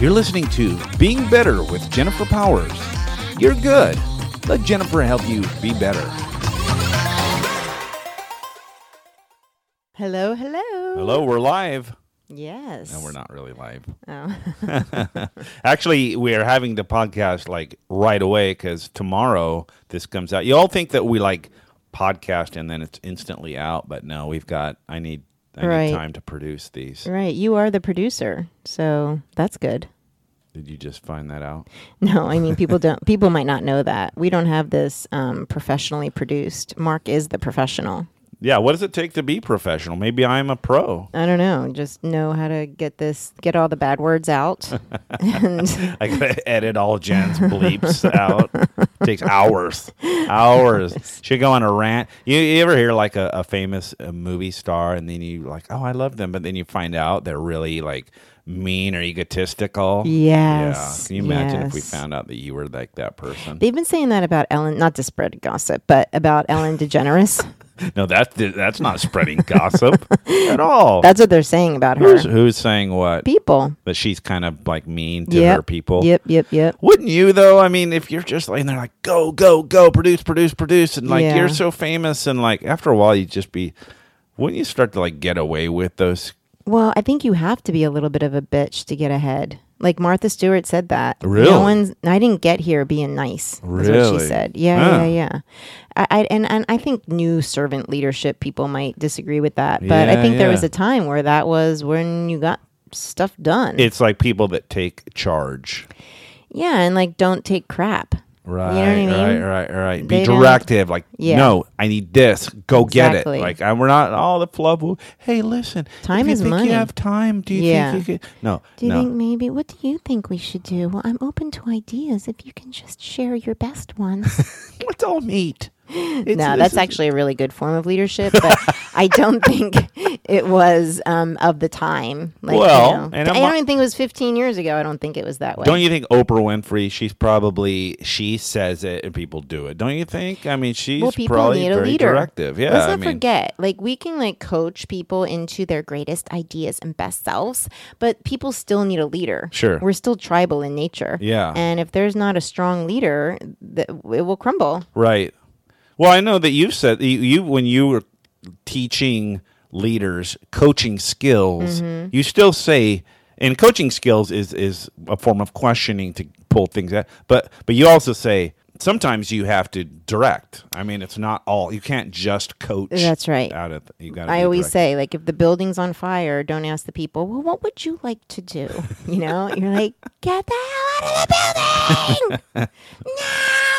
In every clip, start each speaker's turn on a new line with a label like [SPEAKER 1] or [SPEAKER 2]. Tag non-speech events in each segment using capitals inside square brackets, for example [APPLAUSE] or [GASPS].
[SPEAKER 1] You're listening to Being Better with Jennifer Powers. You're good. Let Jennifer help you be better.
[SPEAKER 2] Hello, hello.
[SPEAKER 1] Hello, we're live.
[SPEAKER 2] Yes.
[SPEAKER 1] No, we're not really live.
[SPEAKER 2] Oh. [LAUGHS]
[SPEAKER 1] Actually, we are having the podcast like right away because tomorrow this comes out. You all think that we like podcast and then it's instantly out, but no, we've got. I need. I
[SPEAKER 2] Right.
[SPEAKER 1] need time to produce these.
[SPEAKER 2] right. You are the producer, so that's good. [LAUGHS]
[SPEAKER 1] Did you just find that out?
[SPEAKER 2] No, I mean people don't. People might not know that we don't have this um, professionally produced. Mark is the professional.
[SPEAKER 1] Yeah. What does it take to be professional? Maybe I'm a pro.
[SPEAKER 2] I don't know. Just know how to get this, get all the bad
[SPEAKER 1] [LAUGHS]
[SPEAKER 2] words out, and
[SPEAKER 1] I gotta edit all Jen's bleeps out. takes hours, hours. She go on a rant. You, you ever hear like a, a famous uh movie star, and then you like, oh, I love them, but then you find out they're really like mean or egotistical.
[SPEAKER 2] Yes,
[SPEAKER 1] Can you imagine if we
[SPEAKER 2] yes.
[SPEAKER 1] found out that you were like that person?
[SPEAKER 2] they've been saying that about Ellen. Not to spread gossip, but about
[SPEAKER 1] [LAUGHS]
[SPEAKER 2] Ellen DeGeneres.
[SPEAKER 1] no, that's that's not spreading
[SPEAKER 2] [LAUGHS]
[SPEAKER 1] gossip at all.
[SPEAKER 2] that's what they're saying about her.
[SPEAKER 1] who's, who's saying what?
[SPEAKER 2] People.
[SPEAKER 1] That she's kind of like mean to
[SPEAKER 2] Yep.
[SPEAKER 1] her people.
[SPEAKER 2] Yep. Yep. Yep.
[SPEAKER 1] Wouldn't you though? I mean, if you're just laying there like go, go, go, produce, produce, produce, and like
[SPEAKER 2] Yeah.
[SPEAKER 1] you're so famous, and like after a while you just be, wouldn't you start to like get away with those?
[SPEAKER 2] Well, I think you have to be a little bit of a bitch to get ahead. Like Martha Stewart said that.
[SPEAKER 1] Really?
[SPEAKER 2] No one's. I didn't get here being nice. is What
[SPEAKER 1] Really?
[SPEAKER 2] she said. Yeah,
[SPEAKER 1] Huh.
[SPEAKER 2] yeah, yeah. I, I and and I think new servant leadership people might disagree with that, but
[SPEAKER 1] Yeah,
[SPEAKER 2] I think there was
[SPEAKER 1] yeah.
[SPEAKER 2] a time where that was when you got stuff done.
[SPEAKER 1] It's like people that take charge.
[SPEAKER 2] yeah, and like don't take crap.
[SPEAKER 1] Right,
[SPEAKER 2] You know what I mean?
[SPEAKER 1] right, right, right. Be
[SPEAKER 2] They don't-
[SPEAKER 1] directive. Like,
[SPEAKER 2] Yeah.
[SPEAKER 1] no, I need this. Go get it.
[SPEAKER 2] Exactly.
[SPEAKER 1] Like, I, we're not all the fluff. woo- Hey, listen.
[SPEAKER 2] Time
[SPEAKER 1] if you
[SPEAKER 2] is
[SPEAKER 1] think
[SPEAKER 2] money.
[SPEAKER 1] You have time? Do you
[SPEAKER 2] Yeah.
[SPEAKER 1] think you could? No,
[SPEAKER 2] Do you
[SPEAKER 1] no.
[SPEAKER 2] think maybe what do you think we should do? Well, I'm open to ideas if you can just share your best ones.
[SPEAKER 1] Let's all meet. It's-
[SPEAKER 2] [GASPS] no,
[SPEAKER 1] this
[SPEAKER 2] that's
[SPEAKER 1] is-
[SPEAKER 2] actually a really good form of leadership, but I
[SPEAKER 1] [LAUGHS]
[SPEAKER 2] don't think it was um, of the time. Like,
[SPEAKER 1] Well,
[SPEAKER 2] you know,
[SPEAKER 1] and
[SPEAKER 2] I
[SPEAKER 1] I'm
[SPEAKER 2] don't
[SPEAKER 1] a-
[SPEAKER 2] even think it was 15 years ago. I don't think it was that way.
[SPEAKER 1] Don't you think Oprah Winfrey? She's probably she says it and people do it. Don't you think? I mean, she's
[SPEAKER 2] well, people
[SPEAKER 1] probably
[SPEAKER 2] need a
[SPEAKER 1] very
[SPEAKER 2] leader.
[SPEAKER 1] directive. Yeah,
[SPEAKER 2] Let's not
[SPEAKER 1] I mean,
[SPEAKER 2] forget, like we can like coach people into their greatest ideas and best selves, but people still need a leader.
[SPEAKER 1] Sure.
[SPEAKER 2] we're still tribal in nature.
[SPEAKER 1] Yeah.
[SPEAKER 2] and if there's not a strong leader, th- it will crumble.
[SPEAKER 1] right. Well, I know that you've said you, you when you were teaching leaders coaching skills,
[SPEAKER 2] Mm-hmm.
[SPEAKER 1] you still say and coaching skills is is a form of questioning to pull things out. But but you also say sometimes you have to direct. I mean, it's not all you can't just coach.
[SPEAKER 2] That's right.
[SPEAKER 1] Out of you got.
[SPEAKER 2] I always say, like, if the building's on fire, don't ask the people, well, what would you like to do? [LAUGHS] You know, you're like, get the hell out of the building
[SPEAKER 1] [LAUGHS]
[SPEAKER 2] now.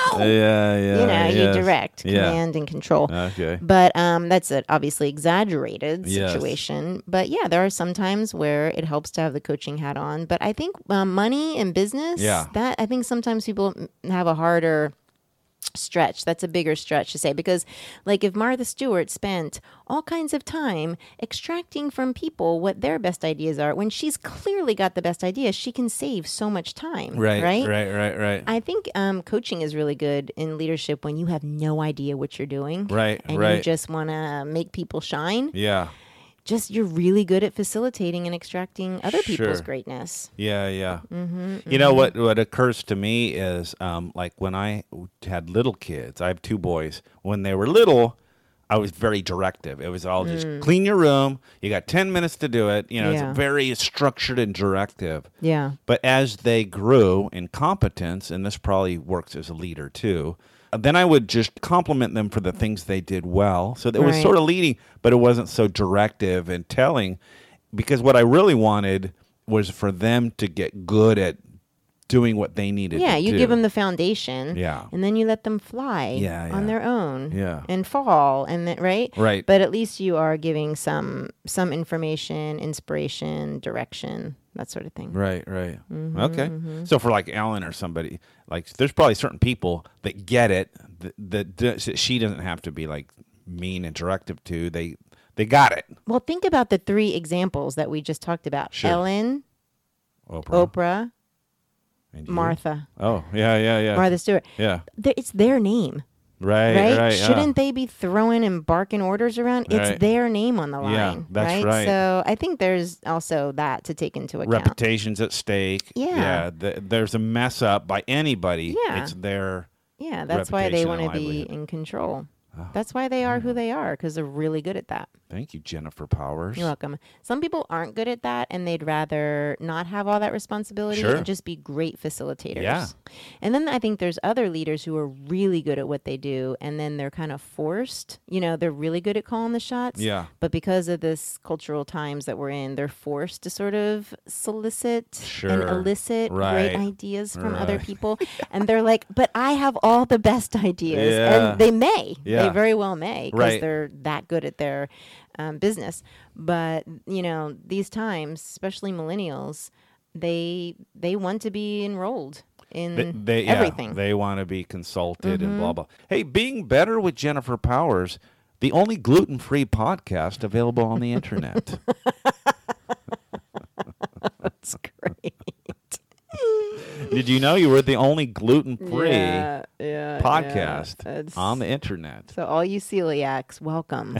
[SPEAKER 1] Oh, Yeah, yeah.
[SPEAKER 2] you know,
[SPEAKER 1] yes.
[SPEAKER 2] you direct,
[SPEAKER 1] Yeah.
[SPEAKER 2] command, and control.
[SPEAKER 1] Okay.
[SPEAKER 2] But um, that's an obviously exaggerated
[SPEAKER 1] Yes.
[SPEAKER 2] situation. But yeah, there are some times where it helps to have the coaching hat on. But I think um, money and business,
[SPEAKER 1] Yeah.
[SPEAKER 2] that I think sometimes people m- have a harder stretch. That's a bigger stretch to say because, like, if Martha Stewart spent all kinds of time extracting from people what their best ideas are, when she's clearly got the best idea, she can save so much time.
[SPEAKER 1] Right,
[SPEAKER 2] Right.
[SPEAKER 1] right, right, right, right.
[SPEAKER 2] I think um, coaching is really good in leadership when you have no idea what you're doing.
[SPEAKER 1] Right,
[SPEAKER 2] And
[SPEAKER 1] right.
[SPEAKER 2] you just want to make people shine.
[SPEAKER 1] yeah,
[SPEAKER 2] Just you're really good at facilitating and extracting other people's
[SPEAKER 1] Sure.
[SPEAKER 2] greatness.
[SPEAKER 1] yeah, yeah.
[SPEAKER 2] Mm-hmm,
[SPEAKER 1] You know what? What occurs to me is, um, like when I w- had little kids, I have two boys. When they were little, I was very directive. It was all just clean your room. You got ten minutes to do it. You know,
[SPEAKER 2] Mm. Yeah.
[SPEAKER 1] it's very structured and directive.
[SPEAKER 2] Yeah.
[SPEAKER 1] But as they grew in competence, and this probably works as a leader too, then I would just compliment them for the things they did well. So that it was
[SPEAKER 2] Right.
[SPEAKER 1] sort of leading, but it wasn't so directive and telling. Because what I really wanted was for them to get good at doing what they needed.
[SPEAKER 2] Yeah.
[SPEAKER 1] to
[SPEAKER 2] You
[SPEAKER 1] do.
[SPEAKER 2] give them the foundation.
[SPEAKER 1] Yeah.
[SPEAKER 2] And then you let them fly
[SPEAKER 1] Yeah,
[SPEAKER 2] on
[SPEAKER 1] yeah.
[SPEAKER 2] their own.
[SPEAKER 1] Yeah.
[SPEAKER 2] And fall. And then, right?
[SPEAKER 1] Right.
[SPEAKER 2] But at least you are giving some some information, inspiration, direction, that sort of thing.
[SPEAKER 1] Right, right.
[SPEAKER 2] Mm-hmm,
[SPEAKER 1] okay. So for like Ellen or somebody, like there's probably certain people that get it that, that, that she doesn't have to be like mean and directive to. They they got it.
[SPEAKER 2] Well, think about the three examples that we just talked about
[SPEAKER 1] Sure.
[SPEAKER 2] Ellen,
[SPEAKER 1] Oprah.
[SPEAKER 2] Oprah,
[SPEAKER 1] And you?
[SPEAKER 2] Martha.
[SPEAKER 1] Mm-hmm. Oh, yeah, yeah, yeah.
[SPEAKER 2] Martha Stewart.
[SPEAKER 1] Yeah.
[SPEAKER 2] Th- It's their name.
[SPEAKER 1] Right,
[SPEAKER 2] right?
[SPEAKER 1] right, uh, yeah.
[SPEAKER 2] Shouldn't they be throwing and barking orders around? It's
[SPEAKER 1] Right.
[SPEAKER 2] their name on the line.
[SPEAKER 1] Yeah, that's right.
[SPEAKER 2] So I think there's also that to take into account.
[SPEAKER 1] Reputations at stake.
[SPEAKER 2] Yeah.
[SPEAKER 1] yeah th- there's a mess up by anybody.
[SPEAKER 2] Yeah.
[SPEAKER 1] It's their.
[SPEAKER 2] yeah, that's why they
[SPEAKER 1] reputation
[SPEAKER 2] want
[SPEAKER 1] and
[SPEAKER 2] to be
[SPEAKER 1] livelihood. Ah,
[SPEAKER 2] in control. That's why they are who they are because they're really good at that.
[SPEAKER 1] Thank you, Jennifer Powers.
[SPEAKER 2] You're welcome. Some people aren't good at that and they'd rather not have all that responsibility
[SPEAKER 1] Sure.
[SPEAKER 2] and just be great facilitators.
[SPEAKER 1] Yeah.
[SPEAKER 2] And then I think there's other leaders who are really good at what they do and then they're kind of forced. You know, they're really good at calling the shots.
[SPEAKER 1] Yeah.
[SPEAKER 2] But because of this cultural times that we're in, they're forced to sort of solicit and
[SPEAKER 1] Sure.
[SPEAKER 2] elicit
[SPEAKER 1] Right.
[SPEAKER 2] great ideas from other
[SPEAKER 1] Right. [LAUGHS]
[SPEAKER 2] people. and they're like, but I have all the best ideas.
[SPEAKER 1] Yeah.
[SPEAKER 2] And they may.
[SPEAKER 1] Yeah.
[SPEAKER 2] They very well may because
[SPEAKER 1] Right.
[SPEAKER 2] they're that good at their um, business. But you know, these times, especially millennials, they they want to be enrolled in
[SPEAKER 1] They, they, yeah,
[SPEAKER 2] Mm-hmm. everything. Mm-hmm.
[SPEAKER 1] they want to be consulted and blah blah. Hey, being better with Jennifer Powers, the only gluten-free podcast available on the
[SPEAKER 2] [LAUGHS]
[SPEAKER 1] internet.
[SPEAKER 2] That's great.
[SPEAKER 1] Did you know you were the only gluten-free
[SPEAKER 2] Yeah, yeah,
[SPEAKER 1] podcast
[SPEAKER 2] yeah. It's-
[SPEAKER 1] on the internet?
[SPEAKER 2] So all you celiacs, welcome.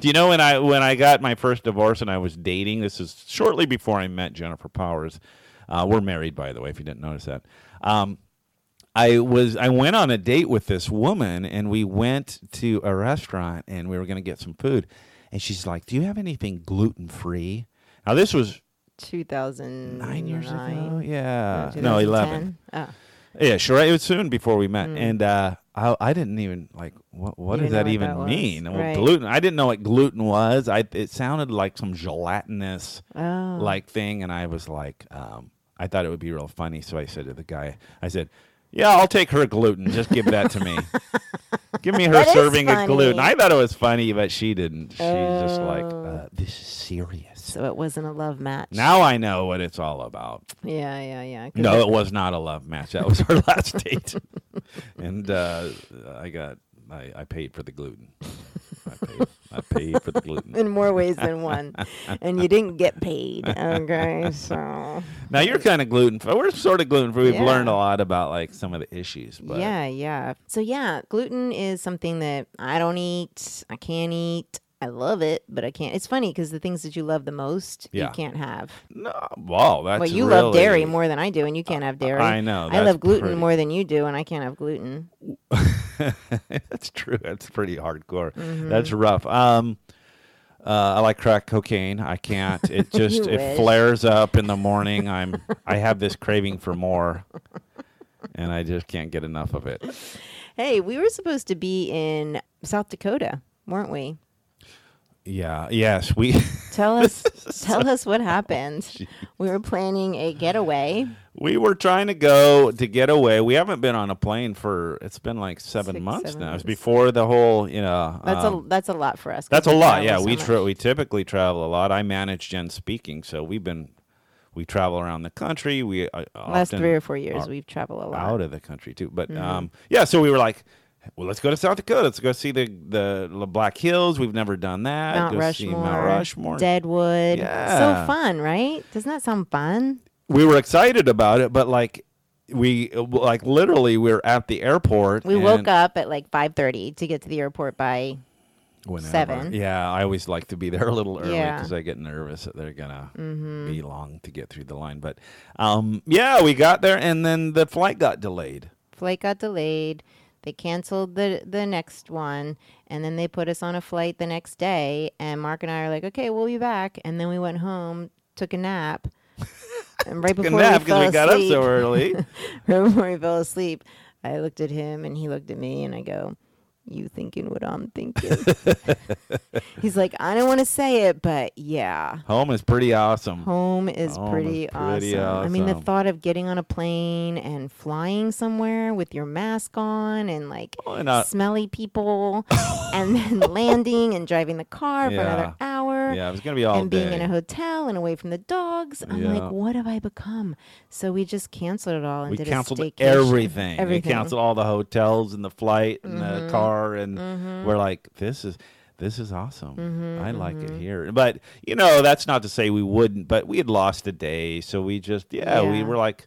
[SPEAKER 1] Do you know when I when I got my first divorce and I was dating? This is shortly before I met Jennifer Powers. Uh, we're married, by the way, if you didn't notice that. Um, I was I went on a date with this woman and we went to a restaurant and we were going to get some food and she's like, "Do you have anything gluten free?" Now this was
[SPEAKER 2] Two thousand
[SPEAKER 1] nine years ago. Yeah,
[SPEAKER 2] Oh,
[SPEAKER 1] no, eleven.
[SPEAKER 2] 2010? Oh,
[SPEAKER 1] Yeah, sure. It was soon before we met, and uh, I, I didn't even like what. What
[SPEAKER 2] Mm. You
[SPEAKER 1] does
[SPEAKER 2] didn't
[SPEAKER 1] that
[SPEAKER 2] know
[SPEAKER 1] even
[SPEAKER 2] what that
[SPEAKER 1] mean?
[SPEAKER 2] was.
[SPEAKER 1] Well,
[SPEAKER 2] Right.
[SPEAKER 1] gluten. I didn't know what gluten was. I it sounded like some gelatinous
[SPEAKER 2] Oh.
[SPEAKER 1] like thing, and I was like, um, I thought it would be real funny, so I said to the guy, I said, "Yeah, I'll take her gluten. Just give that to
[SPEAKER 2] [LAUGHS]
[SPEAKER 1] me. give me her
[SPEAKER 2] That is
[SPEAKER 1] serving of gluten."
[SPEAKER 2] funny.
[SPEAKER 1] I thought it was funny, but she didn't. She's just like,
[SPEAKER 2] Oh.
[SPEAKER 1] uh, "This is serious."
[SPEAKER 2] so it wasn't a love match.
[SPEAKER 1] Now I know what it's all about.
[SPEAKER 2] Yeah, yeah, yeah. 'cause
[SPEAKER 1] No,
[SPEAKER 2] it-
[SPEAKER 1] it was not a love match. That was our [LAUGHS] last date, and uh, I got I, I paid for the gluten. I paid, I paid for the gluten.
[SPEAKER 2] in more ways
[SPEAKER 1] [LAUGHS]
[SPEAKER 2] than one, and you didn't get paid. Okay, so
[SPEAKER 1] Now you're kind of gluten. free. We're sort of gluten free. We've
[SPEAKER 2] Yeah.
[SPEAKER 1] learned a lot about like some of the issues, [LAUGHS] but
[SPEAKER 2] Yeah, yeah. So yeah, gluten is something that I don't eat. I can't eat. I love it, but I can't. It's funny because the things that you love the most,
[SPEAKER 1] Yeah.
[SPEAKER 2] you can't have.
[SPEAKER 1] no, wow, that's
[SPEAKER 2] well, you
[SPEAKER 1] really,
[SPEAKER 2] love dairy more than I do, and you can't have dairy.
[SPEAKER 1] I know,
[SPEAKER 2] I
[SPEAKER 1] that's
[SPEAKER 2] love gluten
[SPEAKER 1] pretty-
[SPEAKER 2] more than you do, and I can't have gluten.
[SPEAKER 1] [LAUGHS] that's true. That's pretty hardcore.
[SPEAKER 2] Mm-hmm.
[SPEAKER 1] That's rough. Um, uh, I like crack cocaine. I can't.
[SPEAKER 2] [LAUGHS]
[SPEAKER 1] It just
[SPEAKER 2] You
[SPEAKER 1] it
[SPEAKER 2] wish.
[SPEAKER 1] flares up in the morning. I'm I have this craving for more, and I just can't get enough of it.
[SPEAKER 2] Hey, we were supposed to be in South Dakota, weren't we?
[SPEAKER 1] Yeah. Yes. We [LAUGHS]
[SPEAKER 2] Tell us, tell us what happened. we were planning a getaway.
[SPEAKER 1] we were trying to go to get away. We haven't been on a plane for it's been like seven
[SPEAKER 2] Six,
[SPEAKER 1] months
[SPEAKER 2] seven
[SPEAKER 1] now. It's
[SPEAKER 2] months.
[SPEAKER 1] before the whole you know.
[SPEAKER 2] That's
[SPEAKER 1] um,
[SPEAKER 2] a that's a lot for us. 'cause
[SPEAKER 1] that's a
[SPEAKER 2] we
[SPEAKER 1] lot.
[SPEAKER 2] travel
[SPEAKER 1] Yeah,
[SPEAKER 2] so
[SPEAKER 1] we
[SPEAKER 2] much.
[SPEAKER 1] tra- we typically travel a lot. I manage Gen Speaking, so we've been we travel around the country. We uh,
[SPEAKER 2] last
[SPEAKER 1] often
[SPEAKER 2] three or four Mm-hmm. years
[SPEAKER 1] are
[SPEAKER 2] we've traveled a lot.
[SPEAKER 1] out of the country too. But um, yeah, so we were like. Well, let's go to South Dakota. Let's go see the the, the Black Hills. We've never done that.
[SPEAKER 2] Mount
[SPEAKER 1] go
[SPEAKER 2] Rushmore,
[SPEAKER 1] see Mount Rushmore.
[SPEAKER 2] Deadwood.
[SPEAKER 1] Yeah.
[SPEAKER 2] So fun, right? Doesn't that sound fun?
[SPEAKER 1] we were excited about it, but like we like literally we were at the airport.
[SPEAKER 2] We woke up at like 5:30 to get to the airport by seven.
[SPEAKER 1] Yeah, I always like to be there [LAUGHS] a little early
[SPEAKER 2] Yeah. Mm-hmm.
[SPEAKER 1] because I get nervous that they're gonna be long to get through the line. But um, yeah, we got there and then the flight got delayed.
[SPEAKER 2] flight got delayed. They canceled the the next one and then they put us on a flight the next day and Mark and I are like, "Okay, we'll be back." And then we went home, took a
[SPEAKER 1] [LAUGHS]
[SPEAKER 2] nap. And right
[SPEAKER 1] Took a
[SPEAKER 2] before
[SPEAKER 1] nap
[SPEAKER 2] we, fell
[SPEAKER 1] because we got up
[SPEAKER 2] asleep-
[SPEAKER 1] so early.
[SPEAKER 2] [LAUGHS] right before we fell asleep, I looked at him and he looked at me and I go, You thinking what I'm
[SPEAKER 1] [LAUGHS]
[SPEAKER 2] thinking? [LAUGHS] He's like, I don't want to say it, but yeah.
[SPEAKER 1] Home is pretty awesome.
[SPEAKER 2] Home is
[SPEAKER 1] Home is
[SPEAKER 2] pretty,
[SPEAKER 1] Oh, pretty
[SPEAKER 2] I mean, the
[SPEAKER 1] awesome.
[SPEAKER 2] thought of getting on a plane and flying somewhere with your mask on and like
[SPEAKER 1] Oh, and, uh,
[SPEAKER 2] smelly
[SPEAKER 1] [LAUGHS]
[SPEAKER 2] people and then landing and driving the car for
[SPEAKER 1] Yeah.
[SPEAKER 2] another hour
[SPEAKER 1] Yeah, it was gonna be all
[SPEAKER 2] and
[SPEAKER 1] day.
[SPEAKER 2] being in a hotel and away from the dogs. I'm
[SPEAKER 1] Yeah.
[SPEAKER 2] like, what have I become? So we just canceled it all and
[SPEAKER 1] we
[SPEAKER 2] did
[SPEAKER 1] canceled
[SPEAKER 2] a staycation.
[SPEAKER 1] everything.
[SPEAKER 2] Everything. Mm-hmm.
[SPEAKER 1] We canceled all the hotels and the flight and the car, and we're like, this is this is awesome. I like
[SPEAKER 2] Mm-hmm.
[SPEAKER 1] it here. But you know, that's not to say we wouldn't. But we had lost a day, so we just yeah, we
[SPEAKER 2] Yeah.
[SPEAKER 1] were like,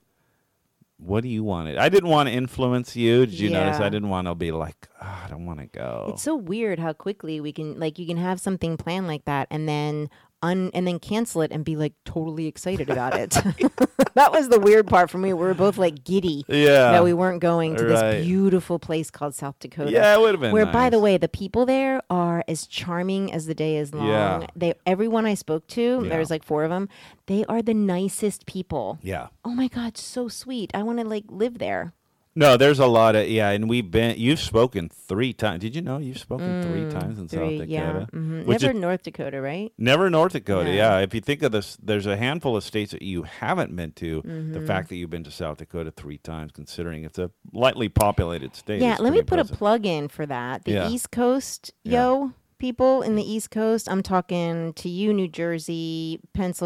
[SPEAKER 1] what do you want it? I didn't want to influence you. Did you notice?
[SPEAKER 2] Yeah.
[SPEAKER 1] I didn't want to be like, "Ah, I don't want to go.
[SPEAKER 2] It's so weird how quickly we can like you can have something planned like that and then un and then cancel it and be like totally excited about
[SPEAKER 1] [LAUGHS]
[SPEAKER 2] it. [LAUGHS] that was the weird part for me. We were both like giddy
[SPEAKER 1] Yeah.
[SPEAKER 2] that we weren't going to
[SPEAKER 1] Right.
[SPEAKER 2] this beautiful place called South Dakota.
[SPEAKER 1] Yeah, it would've been
[SPEAKER 2] Where by the
[SPEAKER 1] nice.
[SPEAKER 2] way, the people there are as charming as the day is long.
[SPEAKER 1] Yeah.
[SPEAKER 2] They everyone I spoke to,
[SPEAKER 1] Yeah.
[SPEAKER 2] there was like four of them, they are the nicest people.
[SPEAKER 1] yeah.
[SPEAKER 2] Oh my god, so sweet. I want to like live there.
[SPEAKER 1] No, there's a lot of yeah, and we've been. You've spoken three times. Did you know you've spoken three times in South
[SPEAKER 2] Mm, Three,
[SPEAKER 1] Dakota?
[SPEAKER 2] yeah. hmm
[SPEAKER 1] Which
[SPEAKER 2] Never
[SPEAKER 1] is,
[SPEAKER 2] North Dakota, right?
[SPEAKER 1] never North Dakota.
[SPEAKER 2] No.
[SPEAKER 1] Yeah, if you think of this, there's a handful of states that you haven't been to.
[SPEAKER 2] Mm-hmm.
[SPEAKER 1] The fact that you've been to South Dakota three times, considering it's a lightly populated state,
[SPEAKER 2] Yeah,
[SPEAKER 1] is
[SPEAKER 2] let me
[SPEAKER 1] pretty
[SPEAKER 2] put a
[SPEAKER 1] impressive.
[SPEAKER 2] plug in for that. The
[SPEAKER 1] Yeah.
[SPEAKER 2] East Coast,
[SPEAKER 1] Yeah.
[SPEAKER 2] yo, people in the East Coast, I'm talking to you, New Jersey,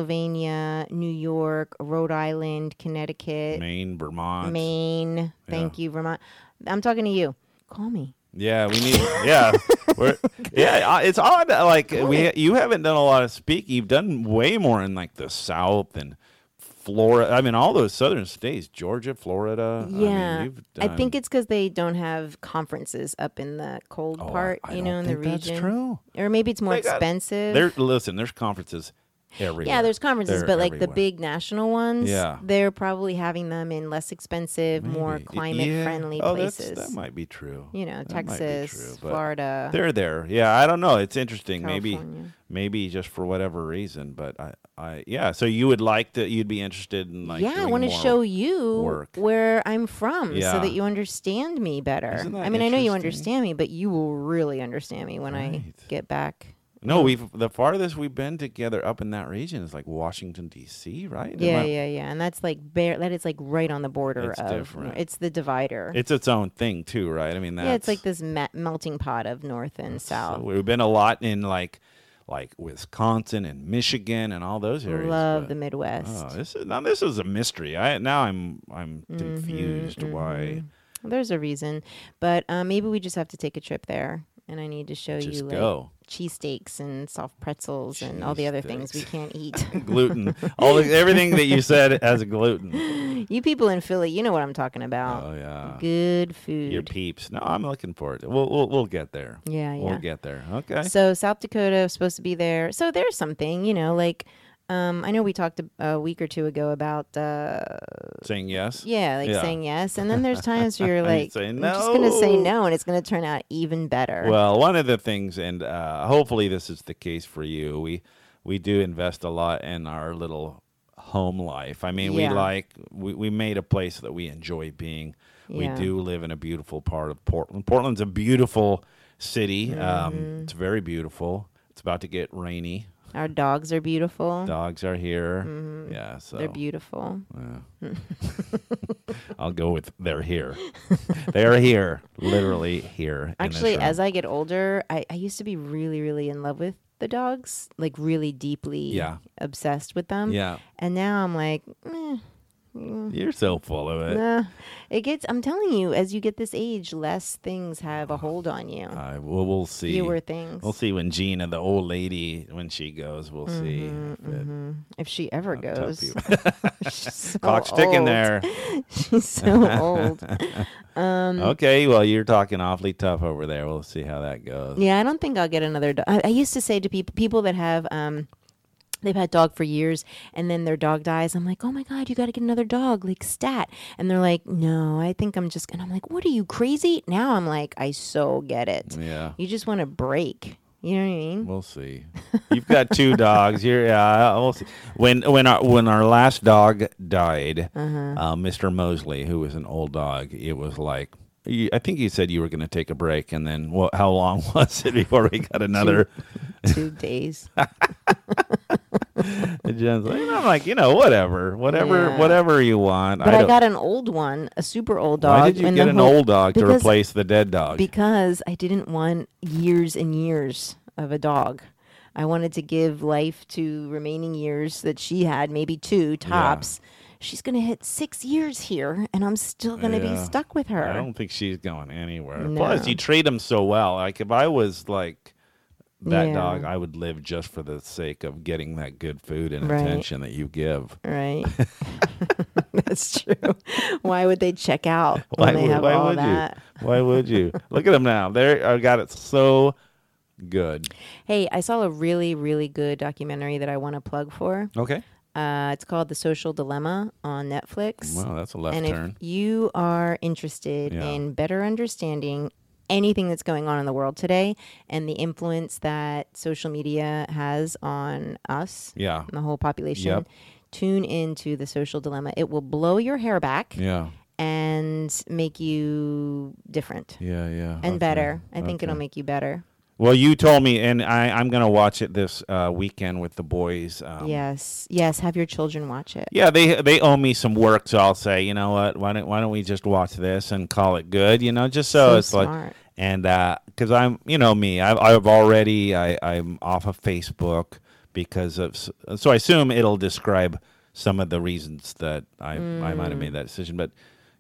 [SPEAKER 2] Pennsylvania, New York, Rhode Island, Connecticut,
[SPEAKER 1] Maine,
[SPEAKER 2] Maine.
[SPEAKER 1] Vermont.
[SPEAKER 2] Thank you, Vermont. I'm talking to you. Call me.
[SPEAKER 1] Yeah, we need.
[SPEAKER 2] [LAUGHS]
[SPEAKER 1] Yeah, we're, yeah. uh, It's odd. that, Like we, you haven't done a lot of speaking. You've done way more in like the South and Florida. I mean, all those southern states: Georgia, Florida.
[SPEAKER 2] Yeah.
[SPEAKER 1] I,
[SPEAKER 2] I,
[SPEAKER 1] mean, you've done,
[SPEAKER 2] think it's because they don't have conferences up in the cold
[SPEAKER 1] Oh, I-
[SPEAKER 2] part,
[SPEAKER 1] I
[SPEAKER 2] you
[SPEAKER 1] don't
[SPEAKER 2] know, in the
[SPEAKER 1] think that's
[SPEAKER 2] region.
[SPEAKER 1] true.
[SPEAKER 2] Or maybe it's more
[SPEAKER 1] They got-
[SPEAKER 2] expensive.
[SPEAKER 1] There, listen. There's conferences everywhere.
[SPEAKER 2] Yeah, there's conferences,
[SPEAKER 1] They're
[SPEAKER 2] but like the
[SPEAKER 1] everywhere.
[SPEAKER 2] big national ones,
[SPEAKER 1] Yeah.
[SPEAKER 2] they're probably having them in less expensive, more
[SPEAKER 1] Maybe. Y-
[SPEAKER 2] climate
[SPEAKER 1] yeah.
[SPEAKER 2] friendly
[SPEAKER 1] oh, that's-
[SPEAKER 2] places.
[SPEAKER 1] That might be true.
[SPEAKER 2] you know,
[SPEAKER 1] That might be
[SPEAKER 2] Texas,
[SPEAKER 1] true, but
[SPEAKER 2] Florida.
[SPEAKER 1] They're there. Yeah, I don't know. It's interesting. Maybe,
[SPEAKER 2] California.
[SPEAKER 1] maybe just for whatever reason. But I, I, yeah. So you would like to? You'd be interested in like?
[SPEAKER 2] yeah, I
[SPEAKER 1] doing
[SPEAKER 2] want to
[SPEAKER 1] more-
[SPEAKER 2] show you
[SPEAKER 1] work.
[SPEAKER 2] where I'm from so
[SPEAKER 1] Yeah.
[SPEAKER 2] that you understand me better.
[SPEAKER 1] Isn't that
[SPEAKER 2] I mean, I know you
[SPEAKER 1] interesting?
[SPEAKER 2] understand me, but you will really understand me when I
[SPEAKER 1] Right.
[SPEAKER 2] get back.
[SPEAKER 1] No, we've the farthest we've been together up in that region is like Washington D.C., right? Am
[SPEAKER 2] Yeah,
[SPEAKER 1] I-
[SPEAKER 2] yeah, yeah. And that's like bare that is like right on the border
[SPEAKER 1] It's
[SPEAKER 2] of
[SPEAKER 1] different.
[SPEAKER 2] it's the divider.
[SPEAKER 1] It's its own thing too, right? I mean, that's
[SPEAKER 2] yeah, it's like this ma- melting pot of north and
[SPEAKER 1] so
[SPEAKER 2] south.
[SPEAKER 1] we've been a lot in like like Wisconsin and Michigan and all those areas.
[SPEAKER 2] Love
[SPEAKER 1] but-
[SPEAKER 2] the Midwest.
[SPEAKER 1] Oh, this is now this is a mystery. I now I'm I'm
[SPEAKER 2] Mm-hmm,
[SPEAKER 1] confused why
[SPEAKER 2] Well, There's a reason, but uh, maybe we just have to take a trip there, and I need to show
[SPEAKER 1] Just
[SPEAKER 2] you like
[SPEAKER 1] go.
[SPEAKER 2] cheesesteaks and soft pretzels and all the other things we can't eat.
[SPEAKER 1] [LAUGHS] gluten. all the, everything that you
[SPEAKER 2] [LAUGHS]
[SPEAKER 1] said has gluten.
[SPEAKER 2] you people in Philly, you know what I'm talking about.
[SPEAKER 1] Oh yeah.
[SPEAKER 2] Good food.
[SPEAKER 1] Your peeps. No, I'm looking forward to it. We'll, we'll we'll get there.
[SPEAKER 2] Yeah, yeah.
[SPEAKER 1] We'll get there. Okay.
[SPEAKER 2] So South Dakota is supposed to be there. So there's something, you know, like um, I know we talked a, a week or two ago about uh,
[SPEAKER 1] Saying yes.
[SPEAKER 2] yeah, like
[SPEAKER 1] Yeah.
[SPEAKER 2] saying yes, and then there's times where you're
[SPEAKER 1] And [LAUGHS] you
[SPEAKER 2] like,
[SPEAKER 1] say
[SPEAKER 2] I'm just gonna say
[SPEAKER 1] no.
[SPEAKER 2] no, and it's gonna turn out even better.
[SPEAKER 1] Well, one of the things, and uh, hopefully this is the case for you, we we do invest a lot in our little home life. I mean,
[SPEAKER 2] Yeah.
[SPEAKER 1] we like we, we made a place that we enjoy being.
[SPEAKER 2] Yeah.
[SPEAKER 1] We do live in a beautiful part of Portland. Portland's a beautiful city.
[SPEAKER 2] Mm-hmm.
[SPEAKER 1] Um, it's very beautiful. It's about to get rainy.
[SPEAKER 2] Our dogs are
[SPEAKER 1] [LAUGHS]
[SPEAKER 2] beautiful.
[SPEAKER 1] Dogs are here. Yeah, so
[SPEAKER 2] Mm-hmm. They're beautiful.
[SPEAKER 1] I'll go with they're
[SPEAKER 2] [LAUGHS]
[SPEAKER 1] here. they're here, literally here. in this
[SPEAKER 2] Actually,
[SPEAKER 1] room.
[SPEAKER 2] as I get older, I, I used to be really, really in love with the dogs, like really deeply
[SPEAKER 1] Yeah.
[SPEAKER 2] obsessed with them.
[SPEAKER 1] Yeah. Uh,
[SPEAKER 2] And now I'm like, eh,
[SPEAKER 1] you're so full of it.
[SPEAKER 2] nah. it gets, I'm telling you, as you get this age, less things have a hold on you.
[SPEAKER 1] Uh, we'll, we'll see.
[SPEAKER 2] Fewer things.
[SPEAKER 1] We'll see when Gina, the old lady, when she goes. We'll see.
[SPEAKER 2] Mm-hmm,
[SPEAKER 1] if it-
[SPEAKER 2] if she ever
[SPEAKER 1] tough
[SPEAKER 2] goes.
[SPEAKER 1] you-
[SPEAKER 2] [LAUGHS] She's so
[SPEAKER 1] Clock's ticking
[SPEAKER 2] Oh, old.
[SPEAKER 1] there.
[SPEAKER 2] [LAUGHS] She's so
[SPEAKER 1] [LAUGHS]
[SPEAKER 2] old. Um,
[SPEAKER 1] okay, well, you're talking awfully tough over there. We'll see how that goes.
[SPEAKER 2] Yeah, I don't think I'll get another dog. I, I used to say to people people that have um they've had dog for years and then their dog dies. I'm like, "Oh my god, you got to get another dog, like stat." And they're like, "No, I think I'm just." And I'm like, "What are you crazy?" Now I'm like, "I so get it.
[SPEAKER 1] Yeah.
[SPEAKER 2] You just want a break." You know what I mean?
[SPEAKER 1] We'll see. You've got two [LAUGHS] dogs. You're, yeah, we'll see. When when our when our last dog died,
[SPEAKER 2] Uh-huh.
[SPEAKER 1] uh, Mr. Mosley, who was an old dog, it was like you, I think you said you were going to take a break, and then well, how long [LAUGHS] was it before we got
[SPEAKER 2] [LAUGHS]
[SPEAKER 1] another? [LAUGHS]
[SPEAKER 2] Two days.
[SPEAKER 1] And Jen's like, I'm like, you know, whatever, whatever,
[SPEAKER 2] Yeah.
[SPEAKER 1] whatever you want.
[SPEAKER 2] But I,
[SPEAKER 1] don't-
[SPEAKER 2] got an old one, a super old dog.
[SPEAKER 1] Why did you
[SPEAKER 2] and
[SPEAKER 1] get
[SPEAKER 2] the
[SPEAKER 1] an
[SPEAKER 2] whole-
[SPEAKER 1] old dog to
[SPEAKER 2] because-
[SPEAKER 1] replace the dead dog?
[SPEAKER 2] [LAUGHS] because I didn't want years and years of a dog. I wanted to give life to remaining years that she had, maybe two tops. She's going to hit six years here, and I'm still going to
[SPEAKER 1] Yeah.
[SPEAKER 2] be stuck with
[SPEAKER 1] I
[SPEAKER 2] her.
[SPEAKER 1] don't think she's going anywhere.
[SPEAKER 2] No.
[SPEAKER 1] Plus, you treat him so well. Like if I was like that
[SPEAKER 2] Yeah.
[SPEAKER 1] dog, I would live just for the sake of getting that good food and
[SPEAKER 2] Right.
[SPEAKER 1] [LAUGHS]
[SPEAKER 2] [LAUGHS]
[SPEAKER 1] attention that you give.
[SPEAKER 2] Right. That's true. Why would they check out
[SPEAKER 1] [LAUGHS] Why
[SPEAKER 2] when they
[SPEAKER 1] would,
[SPEAKER 2] have
[SPEAKER 1] why
[SPEAKER 2] all
[SPEAKER 1] would
[SPEAKER 2] that?
[SPEAKER 1] you? Why would
[SPEAKER 2] [LAUGHS]
[SPEAKER 1] you? Look at them now. They I got it so good.
[SPEAKER 2] Hey, I saw a really, really good documentary that I want to plug for.
[SPEAKER 1] Okay.
[SPEAKER 2] Uh, it's called The Social Dilemma on Netflix.
[SPEAKER 1] Wow, that's a left
[SPEAKER 2] and
[SPEAKER 1] turn.
[SPEAKER 2] if you are interested
[SPEAKER 1] Yeah.
[SPEAKER 2] in better understanding anything that's going on in the world today and the influence that social media has on us
[SPEAKER 1] yeah.
[SPEAKER 2] and the whole population,
[SPEAKER 1] Yep.
[SPEAKER 2] tune into The Social Dilemma. It will blow your hair back
[SPEAKER 1] Yeah.
[SPEAKER 2] and make you different
[SPEAKER 1] Yeah. Yeah.
[SPEAKER 2] and
[SPEAKER 1] Okay.
[SPEAKER 2] better. I think it'll make you better.
[SPEAKER 1] Well, you told me, and I, I'm going to watch it this uh, weekend with the boys. Um,
[SPEAKER 2] yes. Yes. Have your children watch it.
[SPEAKER 1] Yeah, they they owe me some work, so I'll say, you know what? Why don't why don't we just watch this and call it good? You know, just so,
[SPEAKER 2] So
[SPEAKER 1] it's like,
[SPEAKER 2] smart.
[SPEAKER 1] and because I'm, you know, me, I've, I've already I, I'm off of Facebook because of, s- so I assume it'll describe some of the reasons that I I might
[SPEAKER 2] Mm.
[SPEAKER 1] have made that decision, but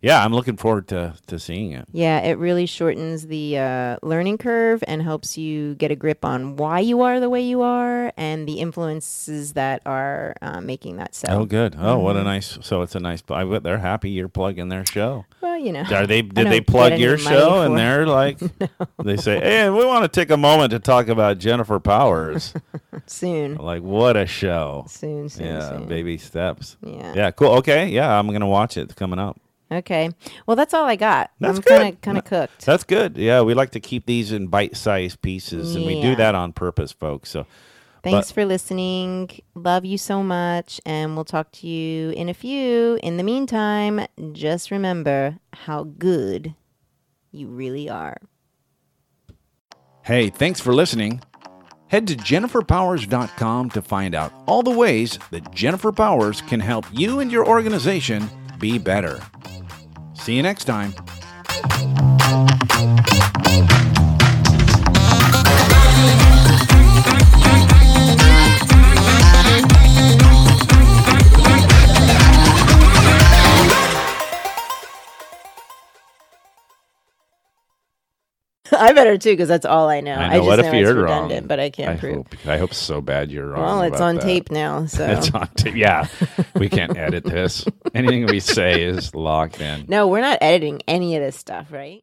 [SPEAKER 1] yeah, I'm looking forward to to seeing it.
[SPEAKER 2] Yeah, it really shortens the uh, learning curve and helps you get a grip on why you are the way you are and the influences that are uh, making that so.
[SPEAKER 1] Oh, good. Oh, what
[SPEAKER 2] Mm-hmm.
[SPEAKER 1] a nice. So it's a nice. I bet they're happy you're plugging their show.
[SPEAKER 2] Well, you know.
[SPEAKER 1] Are they? Did
[SPEAKER 2] don't
[SPEAKER 1] they
[SPEAKER 2] get
[SPEAKER 1] plug
[SPEAKER 2] any
[SPEAKER 1] your
[SPEAKER 2] money
[SPEAKER 1] show?
[SPEAKER 2] for
[SPEAKER 1] And
[SPEAKER 2] it.
[SPEAKER 1] they're like, they say, "Hey, we want to take a moment to talk about Jennifer
[SPEAKER 2] [LAUGHS]
[SPEAKER 1] Powers."
[SPEAKER 2] [LAUGHS] Soon.
[SPEAKER 1] like, what a show!
[SPEAKER 2] Soon, soon,
[SPEAKER 1] yeah,
[SPEAKER 2] soon.
[SPEAKER 1] baby steps.
[SPEAKER 2] Yeah.
[SPEAKER 1] Yeah. Cool. Okay. Yeah, I'm gonna watch it. It's coming up.
[SPEAKER 2] Okay. Well, that's all I got.
[SPEAKER 1] That's
[SPEAKER 2] I'm kind
[SPEAKER 1] good.
[SPEAKER 2] of kind of cooked.
[SPEAKER 1] That's good. Yeah, we like to keep these in bite-sized pieces, and we do
[SPEAKER 2] Yeah.
[SPEAKER 1] that on purpose, folks. So,
[SPEAKER 2] Thanks for listening. Love you so much. And we'll talk to you in a few. In the meantime, just remember how good you really are. [LAUGHS]
[SPEAKER 1] hey, thanks for listening. Head to jenniferpowers.com to find out all the ways that Jennifer Powers can help you and your organization be better. See you next time.
[SPEAKER 2] I better too, because that's all I know.
[SPEAKER 1] I know.
[SPEAKER 2] just
[SPEAKER 1] what if
[SPEAKER 2] know
[SPEAKER 1] you're
[SPEAKER 2] it's redundant,
[SPEAKER 1] wrong?
[SPEAKER 2] but I can't prove.
[SPEAKER 1] Hope, I hope so bad you're wrong.
[SPEAKER 2] Well, it's
[SPEAKER 1] about
[SPEAKER 2] on
[SPEAKER 1] that.
[SPEAKER 2] tape now,
[SPEAKER 1] [LAUGHS]
[SPEAKER 2] so
[SPEAKER 1] It's on tape. Yeah, we
[SPEAKER 2] [LAUGHS]
[SPEAKER 1] can't edit this. Anything we say is locked in.
[SPEAKER 2] no, we're not editing any of this stuff, right?